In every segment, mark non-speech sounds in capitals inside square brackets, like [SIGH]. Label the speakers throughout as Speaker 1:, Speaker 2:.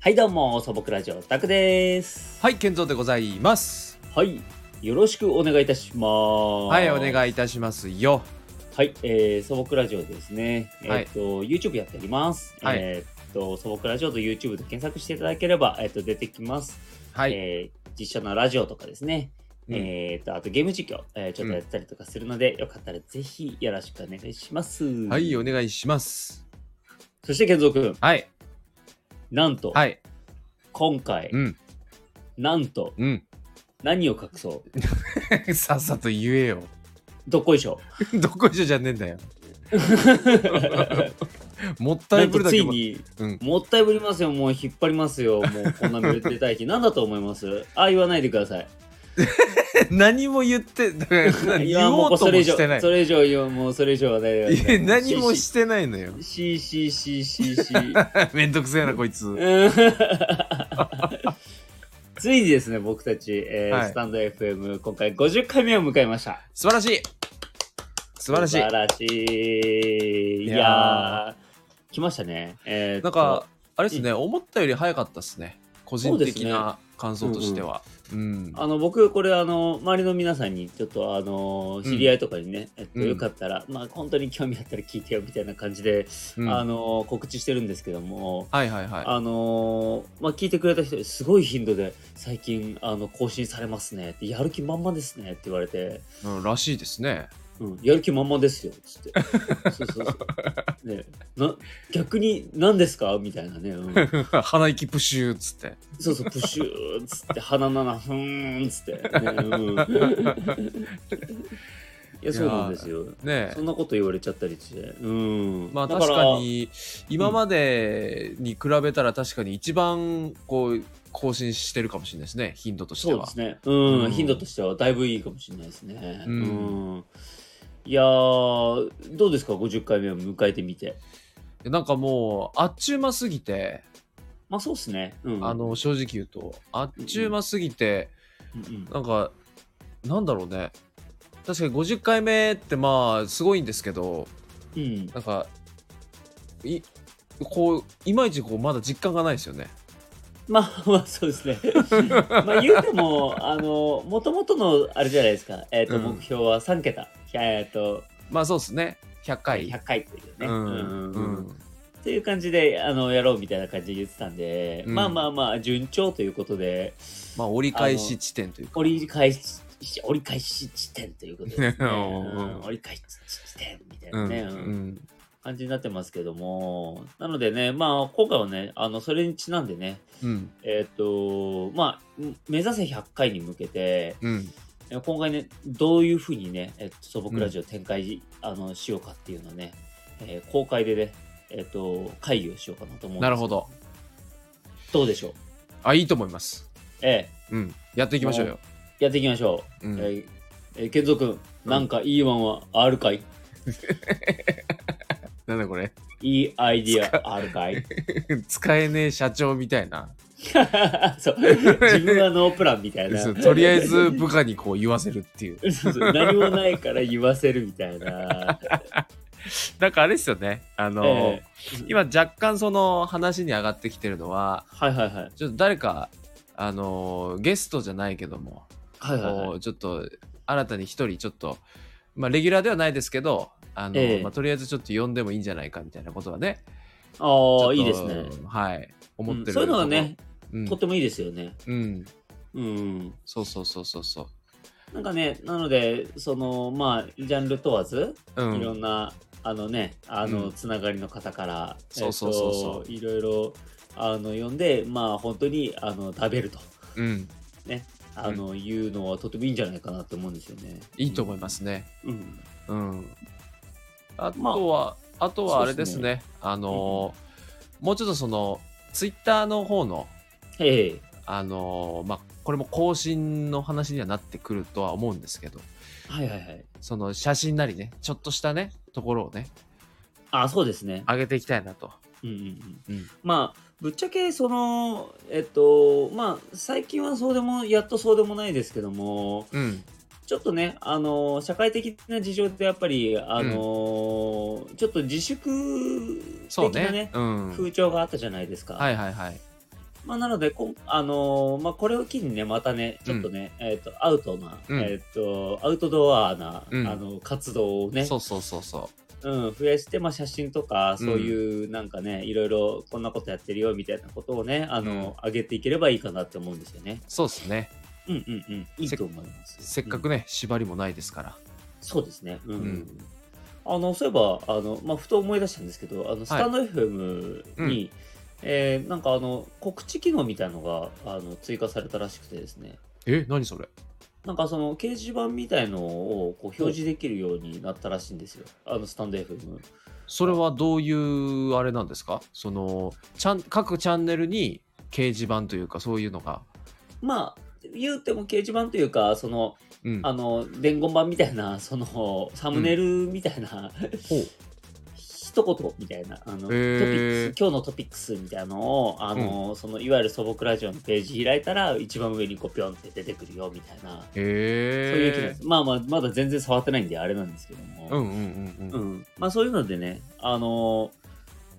Speaker 1: はいどうも素朴ラジオタクです
Speaker 2: はい、健三でございます。
Speaker 1: はいよろしくお願いいたします
Speaker 2: はい、お
Speaker 1: い
Speaker 2: 願いいたしますよ。
Speaker 1: はい、えー、素朴ラジオですねえ
Speaker 2: はい
Speaker 1: ーっと、YouTube やっております、
Speaker 2: はい
Speaker 1: えーっと素朴ラジオと YouTube で検索していただければえーっと出てきます、
Speaker 2: はい、
Speaker 1: えー実写のラジオとかですね、
Speaker 2: うん
Speaker 1: えーっとあとゲーム実況、えーちょっとやったりとかするので、よかったらぜひよろしくお願いします
Speaker 2: はい、お願いします。
Speaker 1: そして健三くん
Speaker 2: はい、
Speaker 1: なんと、
Speaker 2: はい、
Speaker 1: 今回
Speaker 2: うん、
Speaker 1: なんと
Speaker 2: うん。 [LAUGHS]
Speaker 1: 何を隠そう
Speaker 2: さっさと言えよ。 [LAUGHS]
Speaker 1: どっこいしょ
Speaker 2: どこ一緒じゃねえんだよ。もった
Speaker 1: ないんと
Speaker 2: ぶるだ
Speaker 1: つ
Speaker 2: け
Speaker 1: い
Speaker 2: も。
Speaker 1: に
Speaker 2: うん、
Speaker 1: もったいぶりますよ、もう引っ張りますよ、もうこんなめでたい
Speaker 2: [LAUGHS]
Speaker 1: 日、何だと思いますああ、言わないでください。
Speaker 2: 何も言って、 [LAUGHS] だから
Speaker 1: い
Speaker 2: 言
Speaker 1: や
Speaker 2: お
Speaker 1: もう
Speaker 2: う
Speaker 1: そ
Speaker 2: と
Speaker 1: れ
Speaker 2: も
Speaker 1: 以上、
Speaker 2: してない。
Speaker 1: それ以上言う、もうそれ以上はないでく
Speaker 2: い
Speaker 1: ださ
Speaker 2: や
Speaker 1: い。
Speaker 2: [LAUGHS] 何もしてないのよ。
Speaker 1: しししししし。
Speaker 2: [LAUGHS] めんどくせえな、こいつ。
Speaker 1: うん
Speaker 2: [LAUGHS]
Speaker 1: [LAUGHS] ついにですね、僕たち、えー
Speaker 2: はい
Speaker 1: スタンド FM、今回50回目を迎えました。
Speaker 2: 素晴らしい。素晴らし
Speaker 1: 素
Speaker 2: い
Speaker 1: 晴。らしい。い
Speaker 2: い
Speaker 1: や
Speaker 2: や
Speaker 1: ー、
Speaker 2: ー
Speaker 1: 来ましたね。えーっと
Speaker 2: なんか、あれですね、思ったより早かったですね。個人
Speaker 1: そうです
Speaker 2: 的
Speaker 1: ね
Speaker 2: な感想としては。うん。
Speaker 1: あの僕これあの周りの皆さんにちょっとあの知り合いとかにね、えっと、
Speaker 2: うん
Speaker 1: よかったら、まあ本当に興味あったら聞いてよみたいな感じで、
Speaker 2: うん
Speaker 1: あの告知してるんですけども、
Speaker 2: はいはいはい。
Speaker 1: あのまあ聞いてくれた人すごい頻度で最近あの更新されますねってやる気満々ですねって言われて、
Speaker 2: うんらしいですね。
Speaker 1: うん、やる気満々ですよっつって
Speaker 2: [LAUGHS]
Speaker 1: そうそうそうねな逆に何ですかみたいなね、うん
Speaker 2: 鼻息プシューっつって。
Speaker 1: そうそう、プシューっつって、鼻なな、ふーんっつって、ねうん。いや、そうなんですよ。
Speaker 2: ねえ
Speaker 1: そんなこと言われちゃったりして。うん。
Speaker 2: まあ
Speaker 1: だ
Speaker 2: 確
Speaker 1: ら
Speaker 2: か。に今までに比べたら確かに一番こう更新してるかもしれないですね頻度として
Speaker 1: そうで
Speaker 2: は
Speaker 1: すね。うん。
Speaker 2: うん
Speaker 1: 頻度としてはだいぶいいかもしれないですね。う。
Speaker 2: うんん
Speaker 1: いやー、どうですか、50回目を迎えてみて。
Speaker 2: でなんかもうあっちゅう間すぎて、
Speaker 1: まあ、そうですね。うん。
Speaker 2: あの正直言うとあっちゅう間すぎて、
Speaker 1: うん
Speaker 2: なんかなんだろうね確かに50回目ってまあすごいんですけど
Speaker 1: うん、うん。
Speaker 2: なんかいこういまいちこうまだ実感がないですよね
Speaker 1: まあ、まあ、そうで
Speaker 2: [LAUGHS]
Speaker 1: すね。まあ、言うても、あの、もともとの、あれじゃないですか。えっ、と、
Speaker 2: うん
Speaker 1: 目標は3桁。えっ、と、
Speaker 2: まあそうですね100回
Speaker 1: 100回というね。
Speaker 2: うん
Speaker 1: うん
Speaker 2: う
Speaker 1: うん
Speaker 2: ん
Speaker 1: っていう感じであのやろうみたいな感じで言ってたんで、
Speaker 2: うん
Speaker 1: まあまあまあ順調ということで
Speaker 2: まあ折り返し地点というか
Speaker 1: 折り返し折り返し地点ということです
Speaker 2: [LAUGHS]
Speaker 1: ね、
Speaker 2: うん
Speaker 1: うん折り返し地点みたいなね、う
Speaker 2: う
Speaker 1: んん
Speaker 2: うん
Speaker 1: 感じになってますけどもなのでねまあ今回はねあのそれにちなんでね
Speaker 2: うん
Speaker 1: えっ、とまあん目指せ100回に向けて
Speaker 2: うん
Speaker 1: え今回ねどういうふうにね、えっと素朴ラジオ展開し,、あのしようかっていうのをね、えー公開でねえっ、と会議をしようかなと思うんですけ
Speaker 2: なるほど。
Speaker 1: どうでしょう
Speaker 2: あ、いいと思います。
Speaker 1: え
Speaker 2: うん。やっていきましょうよ。
Speaker 1: え、やっていきましょ
Speaker 2: う
Speaker 1: う。え
Speaker 2: ん、
Speaker 1: ーえー、健三君、なんかいい案はあるかい
Speaker 2: なんだこれ [LAUGHS]
Speaker 1: いいアイディアあるかい
Speaker 2: 使えねえ社長みたいな。
Speaker 1: そう自分はノープランみたいな
Speaker 2: そう。とりあえず部下にこう言わせるっていう。
Speaker 1: [LAUGHS] そうそう何もないから言わせるみたい
Speaker 2: [LAUGHS]
Speaker 1: な。
Speaker 2: なんかあれですよね。あの、
Speaker 1: ええ
Speaker 2: 今若干その話に上がってきてるのは、
Speaker 1: はいはいはい。
Speaker 2: ちょっと誰か、あのゲストじゃないけども、
Speaker 1: はいはい
Speaker 2: こ
Speaker 1: は
Speaker 2: うちょっと新たに一人ちょっと、まあレギュラーではないですけど、あの
Speaker 1: ええ
Speaker 2: まあ、とりあえずちょっと呼んでもいいんじゃないかみたいなことはね、
Speaker 1: い。ああ、
Speaker 2: ち
Speaker 1: いい
Speaker 2: ょっ
Speaker 1: で
Speaker 2: と
Speaker 1: すね。
Speaker 2: はい。思ってる、
Speaker 1: うんそういうのはね、
Speaker 2: うん
Speaker 1: とってもいいですよね。
Speaker 2: うん、
Speaker 1: うん。
Speaker 2: そうそうそうそうそ
Speaker 1: なんかね、なので、その、まあ、ジャンル問わず、
Speaker 2: う。う
Speaker 1: いろ
Speaker 2: ん、
Speaker 1: んなあのねあの、
Speaker 2: うん
Speaker 1: つながりの方から
Speaker 2: そうそうそうそう
Speaker 1: えっといろいろあの呼んでまあ本当にあの食べると
Speaker 2: うん、
Speaker 1: あの、いうのはとてもいいんじゃないかなと思うんですよね。
Speaker 2: いいと思いますね。
Speaker 1: うん。うん
Speaker 2: うん。あとは、あ、とはあれです
Speaker 1: そう
Speaker 2: ね。
Speaker 1: で
Speaker 2: あのーもうちょっとそのツイッターの方の
Speaker 1: ええ
Speaker 2: あのーまあこれも更新の話にはなってくるとは思うんですけど、
Speaker 1: はいはいはい。
Speaker 2: その写真なりね、ちょっとしたねところをね
Speaker 1: あそうですね。
Speaker 2: 上げていきたいなと。
Speaker 1: うんうんう
Speaker 2: うんん。
Speaker 1: まあぶっちゃけそのえっとまあ最近はそうでもやっとそうでもないですけども
Speaker 2: うん、
Speaker 1: ちょっとね、あの社会的な事情ってやっぱり、あのちょっと自粛
Speaker 2: そう
Speaker 1: 的な
Speaker 2: ね。
Speaker 1: ね、
Speaker 2: うん。
Speaker 1: 風潮があったじゃないですか。
Speaker 2: はいはいはい。
Speaker 1: まあ、なのでこん、あのーまあ、これを機にね、またね、ちょっとね、えっ、と、アウトな、
Speaker 2: うん
Speaker 1: えっ、と、アウトドアな、
Speaker 2: うん
Speaker 1: あの、活動をね、
Speaker 2: そうそうそうそう
Speaker 1: うん、増やして、まあ、写真とか、そういう、なんかね、いろいろ、こんなことやってるよ、みたいなことをね、あの、上げていければいいかなって思うんですよね。
Speaker 2: そうですね
Speaker 1: うんうんうん、いいと思います。
Speaker 2: せっか
Speaker 1: う
Speaker 2: く
Speaker 1: ん
Speaker 2: ね、縛りもないですから
Speaker 1: そうですね。うん。
Speaker 2: うん
Speaker 1: あの、そういえば、あの、まあ、ふと思い出したんですけど、あの、スタンド FM に、
Speaker 2: うん
Speaker 1: えーなんかあの告知機能みたいのがあの追加されたらしくてですね
Speaker 2: え何それ
Speaker 1: なんかその掲示板みたいのをこう表示できるようになったらしいんですよあのスタンド FM
Speaker 2: それはどういうあれなんですかそのちゃん各チャンネルに掲示板というかそういうのが、
Speaker 1: まあ言うても掲示板というかその
Speaker 2: うん、
Speaker 1: あの伝言板みたいなそのサムネイルみたいな、
Speaker 2: ほう
Speaker 1: 一言みたいなあのトピ
Speaker 2: へー
Speaker 1: ックス今日のトピックスみたいなのをあの、そのいわゆる素朴ラジオのページ開いたら一番上にこうピョンって出てくるよみたいな、そういう機能で
Speaker 2: へえ
Speaker 1: すまあまあまだ全然触ってないんであれなんですけども、
Speaker 2: うんうんうんう
Speaker 1: うんん、まあそういうのでね、あのー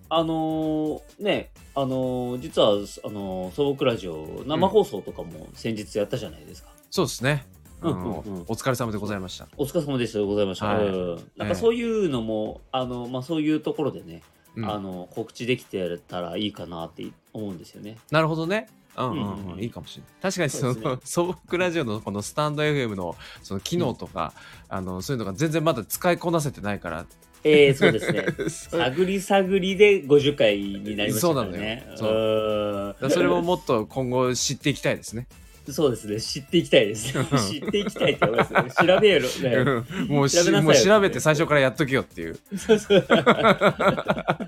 Speaker 1: あのーね、あのー実は、あのー素朴ラジオ、生放送とかも先日やったじゃないですか。
Speaker 2: そうですね、
Speaker 1: うん
Speaker 2: あの
Speaker 1: うんうん
Speaker 2: お疲れ様でございました
Speaker 1: お疲れ様でした、ございました。
Speaker 2: はい
Speaker 1: うんなんかそういうのも、あの、まあそういうところでね、
Speaker 2: うん
Speaker 1: あの、告知できてたらいいかなって思うんですよね。
Speaker 2: なるほどね。うんうん
Speaker 1: うん
Speaker 2: う、
Speaker 1: うんん
Speaker 2: いいかもしれない。確かにその
Speaker 1: そうですね
Speaker 2: 素朴ラジオのこのスタンド FM のその機能とか、あのそういうのが全然まだ使いこなせてな
Speaker 1: [LAUGHS]
Speaker 2: いから。
Speaker 1: ええそうです
Speaker 2: [LAUGHS]
Speaker 1: ね。
Speaker 2: そうだか
Speaker 1: 探り探りで50回になりましたからね。
Speaker 2: そうな
Speaker 1: うん
Speaker 2: らそれをもっと今後知っていきたいですね。
Speaker 1: そうですね、知っていきたいです。
Speaker 2: うん
Speaker 1: 知っていきたいって思いますね。調べろ、ね。 [LAUGHS]
Speaker 2: うん [LAUGHS] もう
Speaker 1: 調べなさ
Speaker 2: し
Speaker 1: いよ
Speaker 2: もう調べて最初からやっとけよっていう。
Speaker 1: そうそう。ま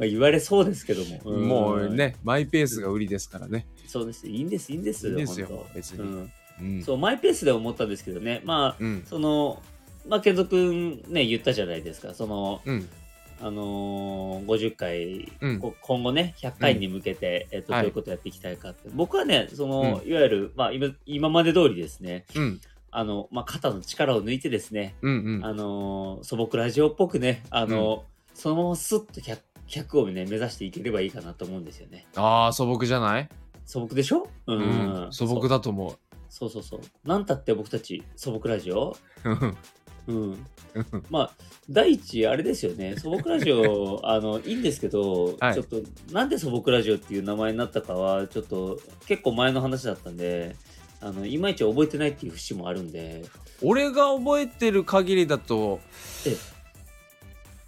Speaker 1: あ言われそうですけども。ん
Speaker 2: もう。ね、マイペースが売りですからね。
Speaker 1: そうです。いいんです、いいんです。
Speaker 2: いいんですよ
Speaker 1: 本当
Speaker 2: 別に
Speaker 1: うん
Speaker 2: うん。
Speaker 1: そう、マイペースで思ったんですけどね。まあ、
Speaker 2: うん。
Speaker 1: その、まあ、健三くんね、言ったじゃないですか。その、
Speaker 2: うん。
Speaker 1: あのー、50回、
Speaker 2: うん
Speaker 1: こ今後ね、100回に向けて、えっと、ど
Speaker 2: は
Speaker 1: う
Speaker 2: い
Speaker 1: いうことやっていきたいかって。僕はね、その、いわゆる、まあ今、今まで通りですね、
Speaker 2: うん。
Speaker 1: あの、まあ、肩の力を抜いてですね、
Speaker 2: うん。うん。
Speaker 1: あのー素朴ラジオっぽくね、あのーそのままスッと 100, 100をね、目指していければいいかなと思うんですよね。
Speaker 2: ああ、素朴じゃない
Speaker 1: 素朴でしょう
Speaker 2: うん。素朴だと思
Speaker 1: そうそうそうそう。なんたって僕たち、素朴ラジオ
Speaker 2: う。うん
Speaker 1: うん。
Speaker 2: うん
Speaker 1: まあ、第一、あれですよね、素朴ラジ
Speaker 2: [LAUGHS]
Speaker 1: オ、あの、いいんですけど、
Speaker 2: はい
Speaker 1: ちょっと、なんで素朴ラジオっていう名前になったかは、ちょっと、結構前の話だったんで、あの、いまいち覚えてないっていう節もあるんで、
Speaker 2: 俺が覚えてる限りだと
Speaker 1: ええ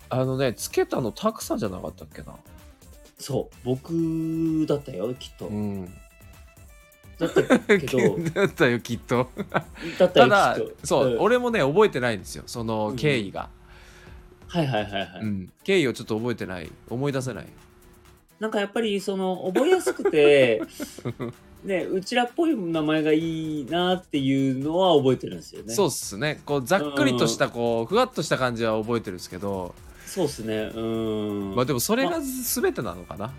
Speaker 2: あのねつけたのたくさんじゃなかったっけな
Speaker 1: そう、僕だったよ、きっと。
Speaker 2: ん
Speaker 1: だったけ
Speaker 2: [LAUGHS]
Speaker 1: ど、
Speaker 2: だったよきっと
Speaker 1: だった
Speaker 2: た
Speaker 1: よ
Speaker 2: だ
Speaker 1: きっと
Speaker 2: そう、
Speaker 1: ん
Speaker 2: 俺もね覚えてないんですよその
Speaker 1: うん
Speaker 2: 経緯が、
Speaker 1: はいはいはいはい、
Speaker 2: うん経緯をちょっと覚えてない思い出せない
Speaker 1: なんかやっぱりその覚えやすく
Speaker 2: [LAUGHS]
Speaker 1: てねうちらっぽい名前がいいなっていうのは覚えてるんですよね
Speaker 2: そうっすねこうざっくりとしたこう、ふわっとした感じは覚えてるんですけど、
Speaker 1: そうですねうん
Speaker 2: ま
Speaker 1: ま
Speaker 2: あでもそれが全てなのかな、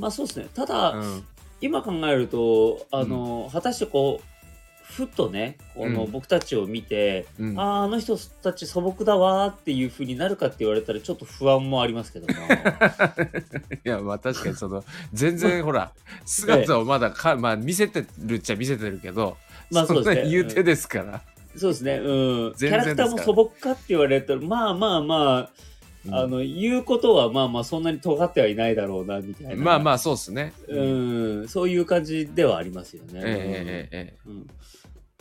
Speaker 1: あそうですねただ、
Speaker 2: うん
Speaker 1: 今考えるとあの、果たしてこうふっとねこの
Speaker 2: うん
Speaker 1: 僕たちを見て、
Speaker 2: うん
Speaker 1: あああの人たち素朴だわーっていうふうになるかって言われたらちょっと不安もありますけ
Speaker 2: [LAUGHS]
Speaker 1: ども
Speaker 2: いやまあ確かにその全然
Speaker 1: [LAUGHS]
Speaker 2: ほら姿をまだか、まあ、見せてるっちゃ見せてるけど、
Speaker 1: まあそうですね
Speaker 2: んな言うてですから、
Speaker 1: そうですねうんキャ
Speaker 2: 全然
Speaker 1: ラクターも
Speaker 2: です
Speaker 1: 素
Speaker 2: から
Speaker 1: 朴かって言われたらまあまあまあ
Speaker 2: うん
Speaker 1: あの言うことはまあまあそんなに尖ってはいないだろうなみたいな
Speaker 2: まあま
Speaker 1: あ、
Speaker 2: あそうっすね。
Speaker 1: う
Speaker 2: え
Speaker 1: ん、そういう感じではありますよね。
Speaker 2: えええええ
Speaker 1: うん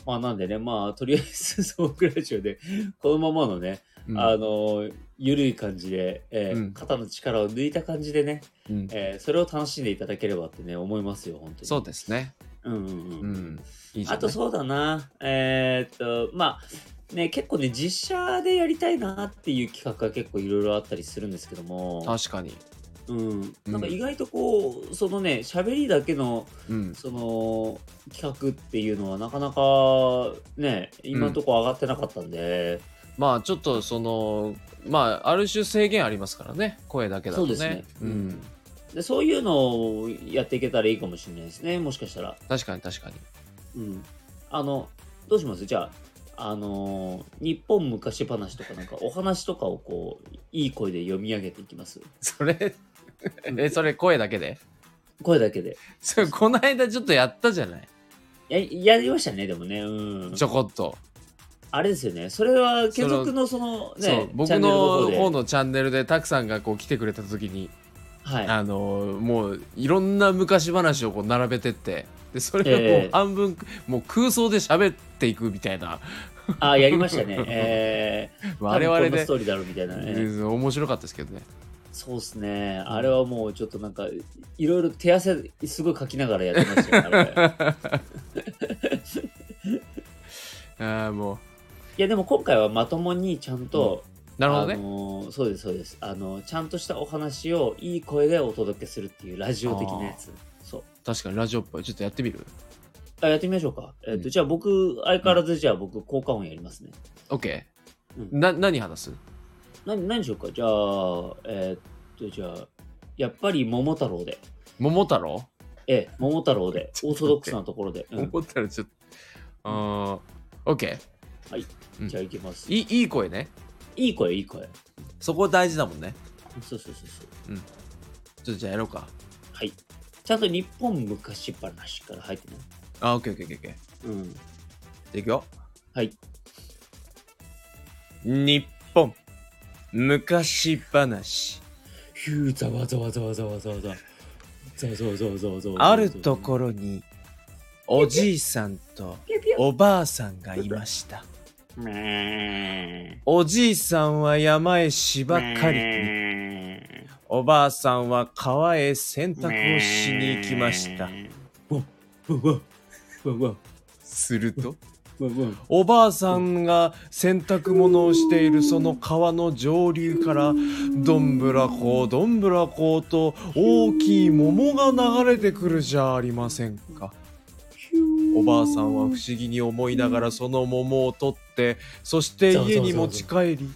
Speaker 1: まあ、なんでねまあとりあえず [LAUGHS] そのクラジオでこのままのね、
Speaker 2: うん
Speaker 1: あのゆるい感じで、えー
Speaker 2: うん
Speaker 1: 肩の力を抜いた感じでね、
Speaker 2: うん
Speaker 1: えーそれを楽しんでいただければってね思いますよ本当に。
Speaker 2: そうですね。
Speaker 1: うんうん
Speaker 2: う
Speaker 1: うん
Speaker 2: ん。いいじゃ
Speaker 1: あ
Speaker 2: な
Speaker 1: と
Speaker 2: い
Speaker 1: そうだな、えーっと、まあ、ね、結構ね、実写でやりたいなっていう企画が結構いろいろあったりするんですけども、
Speaker 2: 確かに。
Speaker 1: うん、
Speaker 2: うん
Speaker 1: なんか意外とこうそのね喋りだけの
Speaker 2: うん。
Speaker 1: その企画っていうのはなかなかね今のとこ上がってなかったんで、
Speaker 2: まあちょっとそのまあある種制限ありますからね声だけだと
Speaker 1: そうで
Speaker 2: ね。
Speaker 1: すね、う
Speaker 2: うんん。
Speaker 1: でそういうのをやっていけたらいいかもしれないですねもしかしたら、
Speaker 2: 確かに確かに。
Speaker 1: うん、あのどうしますじゃああのー日本昔話とかなんかお話とかをこういい声で読み上げていきます
Speaker 2: それえそれ声だけで。
Speaker 1: 声だけで。
Speaker 2: それこの間ちょっとやったじゃない
Speaker 1: や、やりましたね、でもね。うん
Speaker 2: ち。ょこっと、
Speaker 1: あれですよね。それは、継続のその、
Speaker 2: そう
Speaker 1: ね、
Speaker 2: 僕
Speaker 1: チャンネル
Speaker 2: の
Speaker 1: で
Speaker 2: 方のチャンネルでたくさんがこう来てくれた時に、
Speaker 1: はい。
Speaker 2: あのもういろんな昔話をこう並べてってでそれをこ
Speaker 1: え
Speaker 2: う
Speaker 1: え
Speaker 2: 半分、もう空想で喋っていくみたいな
Speaker 1: あ、やりましたね。
Speaker 2: [LAUGHS]
Speaker 1: えー、
Speaker 2: 我々
Speaker 1: 多分こんな
Speaker 2: で
Speaker 1: ス、トーリーだろうみたいなね。
Speaker 2: うん面白かったですけどね
Speaker 1: そうですね。あれはもうちょっとなんか、いろいろ手汗すごいかきながらやってましたよ、あれ
Speaker 2: [LAUGHS] ああもう
Speaker 1: いや、でも今回はまともにちゃんと、
Speaker 2: なるほど
Speaker 1: あ
Speaker 2: ね
Speaker 1: のーそうです、そうです。あのーちゃんとしたお話をいい声でお届けするっていうラジオ的なやつ。そう。
Speaker 2: 確かにラジオっぽいちょっとやってみる
Speaker 1: あやってみましょうか。えっ、と、
Speaker 2: うん
Speaker 1: じゃあ僕、相変わらずじゃあ僕、効果音やりますね。
Speaker 2: OK、
Speaker 1: うん
Speaker 2: な何話す
Speaker 1: な何しようか。じゃあ、えっと、じゃあ、やっぱり桃太郎で。
Speaker 2: 桃太郎、
Speaker 1: ええ、桃太郎で、
Speaker 2: [LAUGHS] ち
Speaker 1: オ
Speaker 2: ょ
Speaker 1: ー
Speaker 2: っと
Speaker 1: ソドックスなところで。うん
Speaker 2: 桃太郎ちょっとあー OK うん
Speaker 1: じゃあ、いきます。い
Speaker 2: いいいい声ね
Speaker 1: い声、いい声。
Speaker 2: そこ大事だもんね
Speaker 1: そうそうそうそう。
Speaker 2: ちょっとじゃあやろうか
Speaker 1: はい。ちゃんと日本昔話から入ってね。
Speaker 2: あ OKOKOK じゃ
Speaker 1: うん。
Speaker 2: あいくよ
Speaker 1: はい。
Speaker 2: 日本昔話
Speaker 1: ヒュー、ざわざわざわざわざわざわ。ざわざわざわざわざわ。
Speaker 2: あるところにおじいさんと
Speaker 1: ピュピュ。
Speaker 2: おばあさんがいました
Speaker 1: め
Speaker 2: おじいさんは山へ芝刈りに
Speaker 1: り。
Speaker 2: おばあさんは川へ洗濯をしに行きました
Speaker 1: わわわわ
Speaker 2: すると
Speaker 1: わわ
Speaker 2: おばあさんが洗濯物をしているその川の上流からどんぶらこどんぶらこと大きい桃が流れてくるじゃありませんかおばあさんは不思議に思いながらその桃を取ってそして家に持ち帰り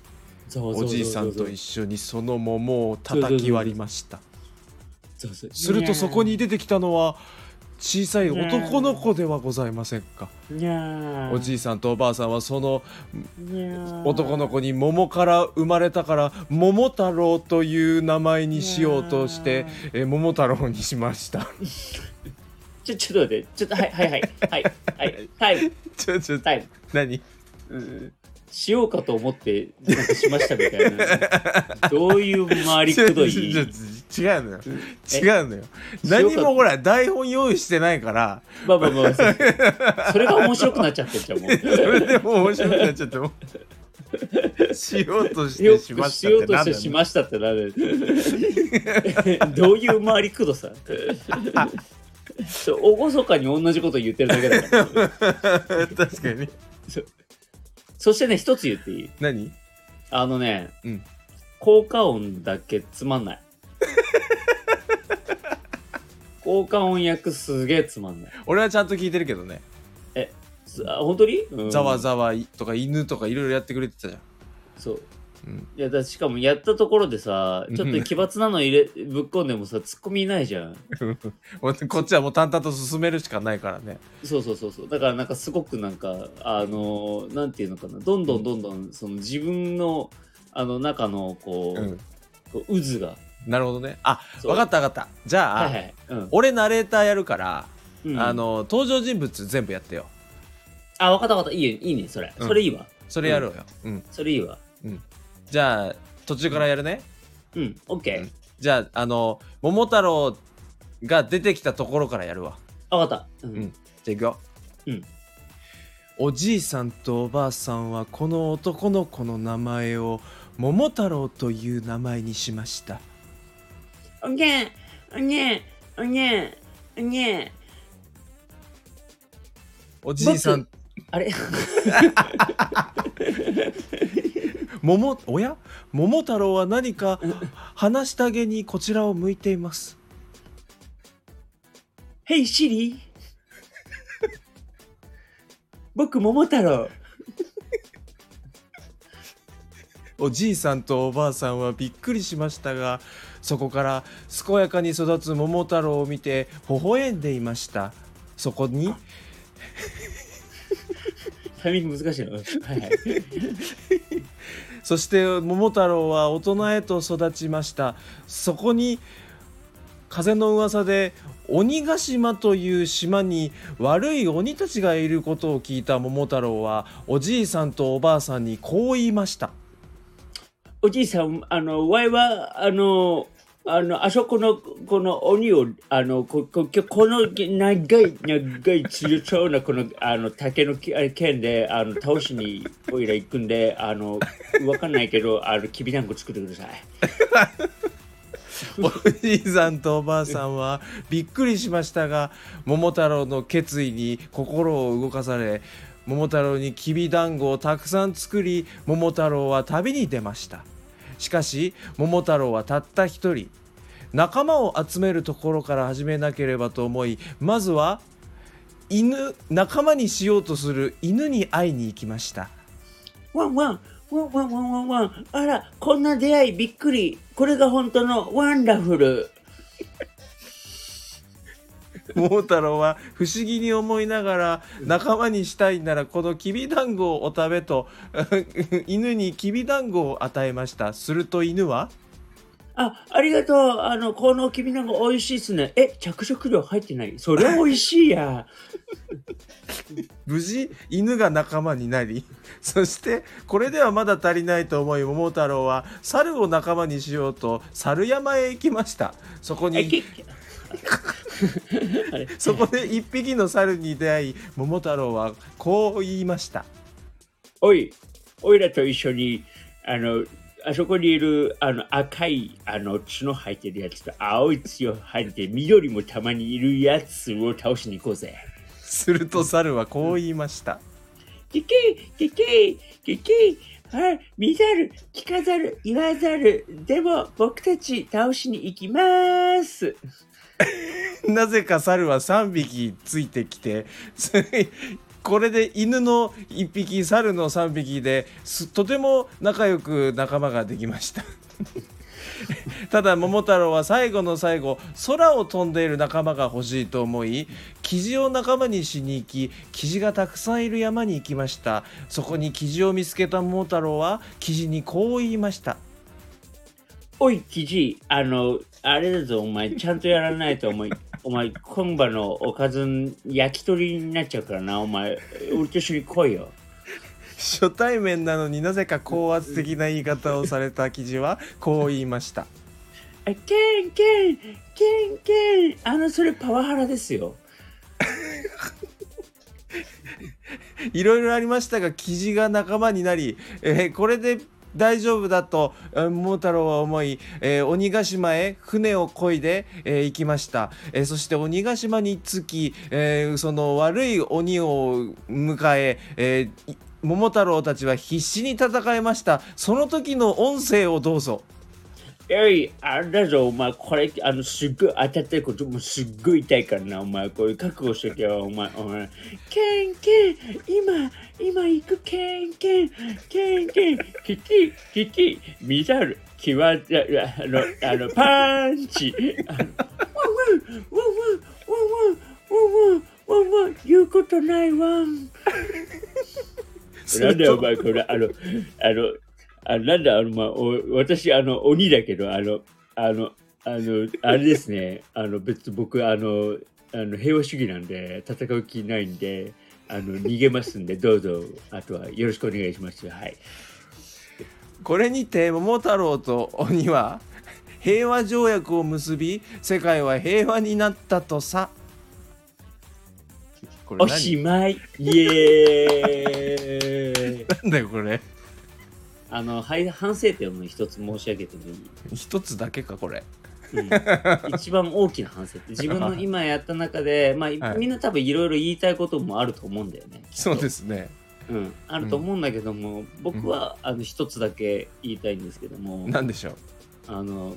Speaker 1: ざわざわざわざわ
Speaker 2: おじいさんと一緒にその桃を叩き割りました
Speaker 1: ざわざわ
Speaker 2: するとそこに出てきたのは小さい男の子ではございませんか
Speaker 1: にゃー
Speaker 2: おじいさんとおばあさんはその
Speaker 1: にゃー
Speaker 2: 男の子に桃から生まれたから桃太郎という名前にしようとして
Speaker 1: にゃー
Speaker 2: えー桃太郎にしました [LAUGHS]
Speaker 1: ちょちょっと待ってちょっとはいはいはいはいはいタイム
Speaker 2: ちょちょ
Speaker 1: タイム
Speaker 2: 何
Speaker 1: うんしようかと思ってなんかしましたみたいなどういう回りくどい
Speaker 2: ち [LAUGHS] ょちょちょ違うのよ
Speaker 1: え
Speaker 2: 違うのよ何もほら台本用意してないから
Speaker 1: まあまあまあそうそれが面白くなっちゃってんじゃんもう
Speaker 2: それでもう面白くなっち
Speaker 1: [LAUGHS]
Speaker 2: ゃってもうしようとしてしました
Speaker 1: よ
Speaker 2: っ
Speaker 1: くしよう
Speaker 2: て
Speaker 1: と
Speaker 2: な
Speaker 1: し
Speaker 2: んだ
Speaker 1: て
Speaker 2: よ
Speaker 1: しましたってなんで [LAUGHS] どういう回りくどさそうおごそかに同じこと言ってるだけだから
Speaker 2: [LAUGHS] 確かに
Speaker 1: そしてね一つ言っていい
Speaker 2: 何
Speaker 1: あのね、
Speaker 2: うん
Speaker 1: 効果音だけつまんない [LAUGHS] 効果音訳すげえつまんない
Speaker 2: 俺はちゃんと聞いてるけどね
Speaker 1: すあ本当に、うん
Speaker 2: ざわざわとか犬とかいろいろやってくれてたじゃん
Speaker 1: そう
Speaker 2: うん
Speaker 1: いやだしかもやったところでさちょっと奇抜なの入れぶっ込んでもさツッコミいないじゃん
Speaker 2: こっちはもう淡々と進めるしかないからね
Speaker 1: そうそうそうそうだからなんかすごくなんかあのなんていうのかなどんどんどんどんその自分のあの中のこう,、
Speaker 2: うん
Speaker 1: こう渦が
Speaker 2: なるほどねあ
Speaker 1: そう
Speaker 2: 分かった分かったじゃあ、
Speaker 1: はいはい、うん
Speaker 2: 俺ナレーターやるから、
Speaker 1: うん
Speaker 2: あの登場人物全部やってよ
Speaker 1: あ分かった分かったいいよいいねそれ、
Speaker 2: うん
Speaker 1: それいいわ
Speaker 2: それやろうよ、うん
Speaker 1: それいいわ
Speaker 2: じゃあ途中からやるね、
Speaker 1: うんオッケー、
Speaker 2: うんじゃああの桃太郎が出てきたところからやるわ
Speaker 1: あ分かった、うん
Speaker 2: うんじゃあいくよ、
Speaker 1: うん
Speaker 2: おじいさんとおばあさんはこの男の子の名前を桃太郎という名前にしました
Speaker 1: おにゃおにゃおにゃおにゃ
Speaker 2: おじいさん
Speaker 1: あれ
Speaker 2: 桃おや桃太郎は何か話したげにこちらを向いています
Speaker 1: ヘイシリ僕桃太郎
Speaker 2: おじいさんとおばあさんはびっくりしましたがそこから健やかに育つ桃太郎を見て微笑んでいましたそこに
Speaker 1: タイミング難しいのはいはい
Speaker 2: そして桃太郎は大人へと育ちましたそこに風の噂で鬼ヶ島という島に悪い鬼たちがいることを聞いた桃太郎はおじいさんとおばあさんにこう言いました
Speaker 1: おじいさん、あの、わいは、あの、あの、あそこの、この鬼を、あの、こ、こ、この長い、長い、強そうな、この、あの、竹の木あれ剣で、あの、倒しに、おいら行くんで、あの、わかんないけど、あの、きびだんご作ってください。
Speaker 2: おじいさんとおばあさんはびっくりしましたが桃太郎の決意に心を動かされ桃太郎にきびだんごをたくさん作り桃太郎は旅に出ましたしかし桃太郎はたった一人仲間を集めるところから始めなければと思いまずは犬仲間にしようとする犬に会いに行きました
Speaker 1: ワンワン、ワンワンワンワンワン、あら、こんな出会いびっくり。これが本当のワンダフル。
Speaker 2: 桃太郎は不思議に思いながら仲間にしたいならこのきびだんごをお食べと [LAUGHS] 犬にきびだんごを与えましたすると犬は
Speaker 1: あ、ありがとう。あの、このきびだんご美味しいっすね。え、着色料入ってないそれ美味しいや。
Speaker 2: 無事犬が仲間になり [LAUGHS] そしてこれではまだ足りないと思い桃太郎は猿を仲間にしようと猿山へ行きましたそこ
Speaker 1: え、
Speaker 2: に
Speaker 1: き、あれ
Speaker 2: そこで一匹の猿に出会い桃太郎はこう言いました
Speaker 1: おい、おいらと一緒に、あの、あそこにいるあの赤いあの角生えてるやつと青い角生えて緑もたまにいるやつを倒しに行こうぜ。
Speaker 2: すると猿はこう言いました
Speaker 1: キキキキキキあ見ざる聞かざる言わざるでも僕たち倒しに行きます
Speaker 2: [LAUGHS] なぜか猿は3匹ついてきて [LAUGHS] それこれで犬の1匹猿の3匹ですとても仲良く仲間ができました [LAUGHS] ただ桃太郎は最後の最後空を飛んでいる仲間が欲しいと思いキジを仲間にしに行きキジがたくさんいる山に行きましたそこにキジを見つけた桃太郎はキジにこう言いました
Speaker 1: おいキジあのあれだぞお前ちゃんとやらないと思いお前 [LAUGHS] 今晩のおかず焼き鳥になっちゃうからなお前俺と一緒に来いよ
Speaker 2: 初対面なのになぜか高圧的な言い方をされた記事は [LAUGHS] こう言いました
Speaker 1: あケンケンケンケンあのそれパワハラですよ
Speaker 2: いろいろありましたが記事が仲間になり、えーこれで大丈夫だとえー桃太郎は思い、えー鬼ヶ島へ船を漕いで、えー行きました、えーそして鬼ヶ島に着き、えーその悪い鬼を迎ええーい桃太郎たちは必死に戦いましたその時の音声をどうぞ
Speaker 1: おい、あれだぞ、お前、これ、あの、すっごい当たってること、もうすっごい痛いからな、お前、これ、覚悟しとけよ、お前、お前。ケンケン、今、今行く、ケンケン、ケンケン、キキ、キキ、見ざる、きわ、あの、あの、パンチ、あの、ワンワン、ワンワン、ワンワン、ワンワン、ワンワン、言うことないわん。
Speaker 2: す
Speaker 1: なんだ
Speaker 2: る
Speaker 1: よ、お
Speaker 2: と
Speaker 1: 前、これ、あの、あの、あなんだ、あの、まあ、お私、あの、鬼だけど、あの、あの、あの、あれですね、あの、別に僕、あの、あの平和主義なんで、戦う気ないんで、あの、逃げますんで、どうぞ、あとはよろしくお願いします。はい。
Speaker 2: これにて桃太郎と鬼は [LAUGHS] 平和条約を結び世界は平和になったとさこれ
Speaker 1: お
Speaker 2: 何
Speaker 1: しまいイエーイ
Speaker 2: なんだよこれ
Speaker 1: あの、はい反省点の一つ申し上げてもいい
Speaker 2: 一つだけかこれ
Speaker 1: うん一番大きな反省って自分の今やった中で、
Speaker 2: [LAUGHS]
Speaker 1: まあ
Speaker 2: はい
Speaker 1: みんな多分いろいろ言いたいこともあると思うんだよね。、
Speaker 2: そうですすね
Speaker 1: うん。あると思うんだけども、僕はあの一つだけ言いたいんですけども、
Speaker 2: なんでしょう
Speaker 1: あの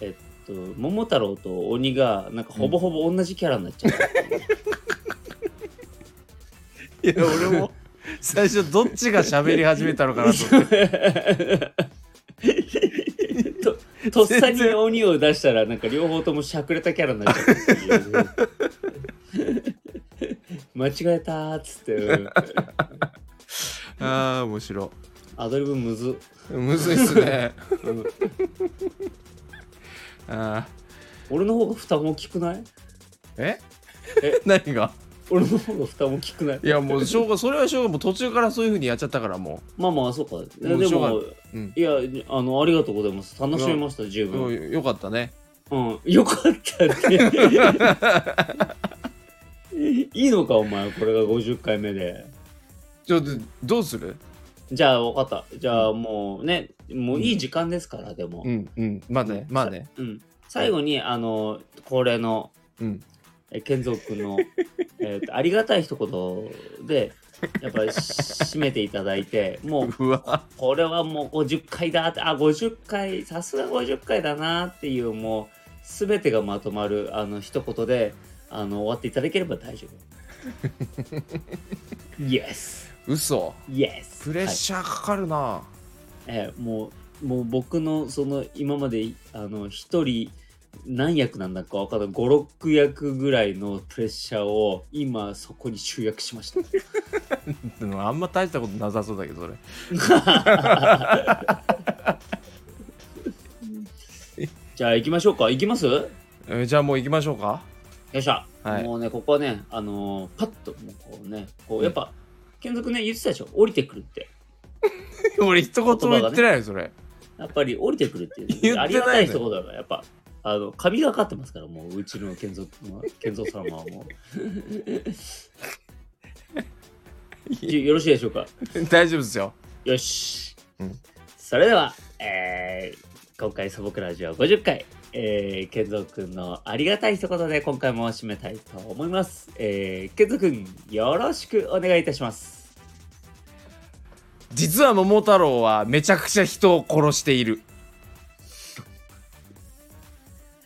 Speaker 1: えっと桃太郎と鬼がなんかほぼほぼ同じキャラになっちゃう。
Speaker 2: いや俺も [LAUGHS] 最初どっちが喋り始めたの [LAUGHS] かなと思って
Speaker 1: [LAUGHS] ととっさに鬼を出したらなんか両方ともしゃくれたキャラになっちゃうって
Speaker 2: [LAUGHS]
Speaker 1: いう。間違えたーっつって、うん
Speaker 2: ああ面白
Speaker 1: アドリブむずっ。
Speaker 2: いむずいっすね
Speaker 1: うん
Speaker 2: [LAUGHS] あー
Speaker 1: 俺の方が負担大きくない
Speaker 2: え
Speaker 1: え
Speaker 2: [LAUGHS] 何が
Speaker 1: 俺の方が負担大きくない
Speaker 2: いやもうしょうがそれはしょうがもう途中からそういうふうにやっちゃったからも
Speaker 1: まあまあそうかい
Speaker 2: も
Speaker 1: や
Speaker 2: う
Speaker 1: で
Speaker 2: しょうが
Speaker 1: も
Speaker 2: う、うん、
Speaker 1: いやあのありがとうございます楽しめました十
Speaker 2: もう
Speaker 1: 分、
Speaker 2: よかったね
Speaker 1: うん、よかった
Speaker 2: [LAUGHS]
Speaker 1: ねいいのかお前これが50回目で
Speaker 2: ちょっとどうする
Speaker 1: じゃあ分かったじゃあもうねもういい時間ですからでも
Speaker 2: うんうんまあねまあね
Speaker 1: うん、最後にあの恒例の
Speaker 2: うん
Speaker 1: え健三君のえーとありがたい一言でやっぱりし締めていただいてもう
Speaker 2: うわ
Speaker 1: これはもう50回だってあ50回さすが50回だなっていうもう全てがまとまるあの一言であの終わっていただければ大丈
Speaker 2: [LAUGHS]
Speaker 1: 夫。イエス
Speaker 2: 嘘
Speaker 1: イエス
Speaker 2: プレッシャーかかるな、
Speaker 1: えーもうもう僕のその今まであの一人何役なんだか分からない56役ぐらいのプレッシャーを今そこに集約しました
Speaker 2: でもあんま大したことなさそうだけどそれ
Speaker 1: じゃあ行きましょうか行きますよ
Speaker 2: えーじゃあもう行きましょうか
Speaker 1: っしゃ、
Speaker 2: はい
Speaker 1: もうねここはねあのーパッともうこうねこうやっぱ、剣族ね言ってたでしょ降りてくるって
Speaker 2: 俺一言も
Speaker 1: 言葉
Speaker 2: 言
Speaker 1: が
Speaker 2: っ
Speaker 1: ね
Speaker 2: てないよそれ
Speaker 1: やっぱり降りてくるっていう、
Speaker 2: 言
Speaker 1: あ
Speaker 2: ってないの
Speaker 1: りがたい一言だからやっぱあの神がかってますからもううちの剣族
Speaker 2: [LAUGHS]
Speaker 1: の剣三様はもうよよろしいでしょうか
Speaker 2: 大丈夫ですよ
Speaker 1: よし、
Speaker 2: うん
Speaker 1: それでは、えー今回素朴ラジオ50回、えー、健三くんのありがたい一言で今回も締めたいと思います、えー、健三くんよろしくお願いいたします
Speaker 2: 実は桃太郎はめちゃくちゃ人を殺している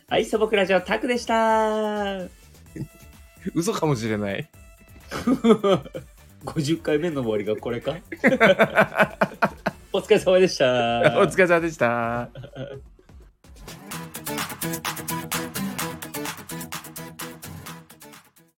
Speaker 1: はい素朴ラジオタクでした [LAUGHS]
Speaker 2: 嘘かもしれない
Speaker 1: 50回目の終わりがこれか [LAUGHS] お疲れ様でし
Speaker 2: お
Speaker 1: た
Speaker 2: 疲れ様でした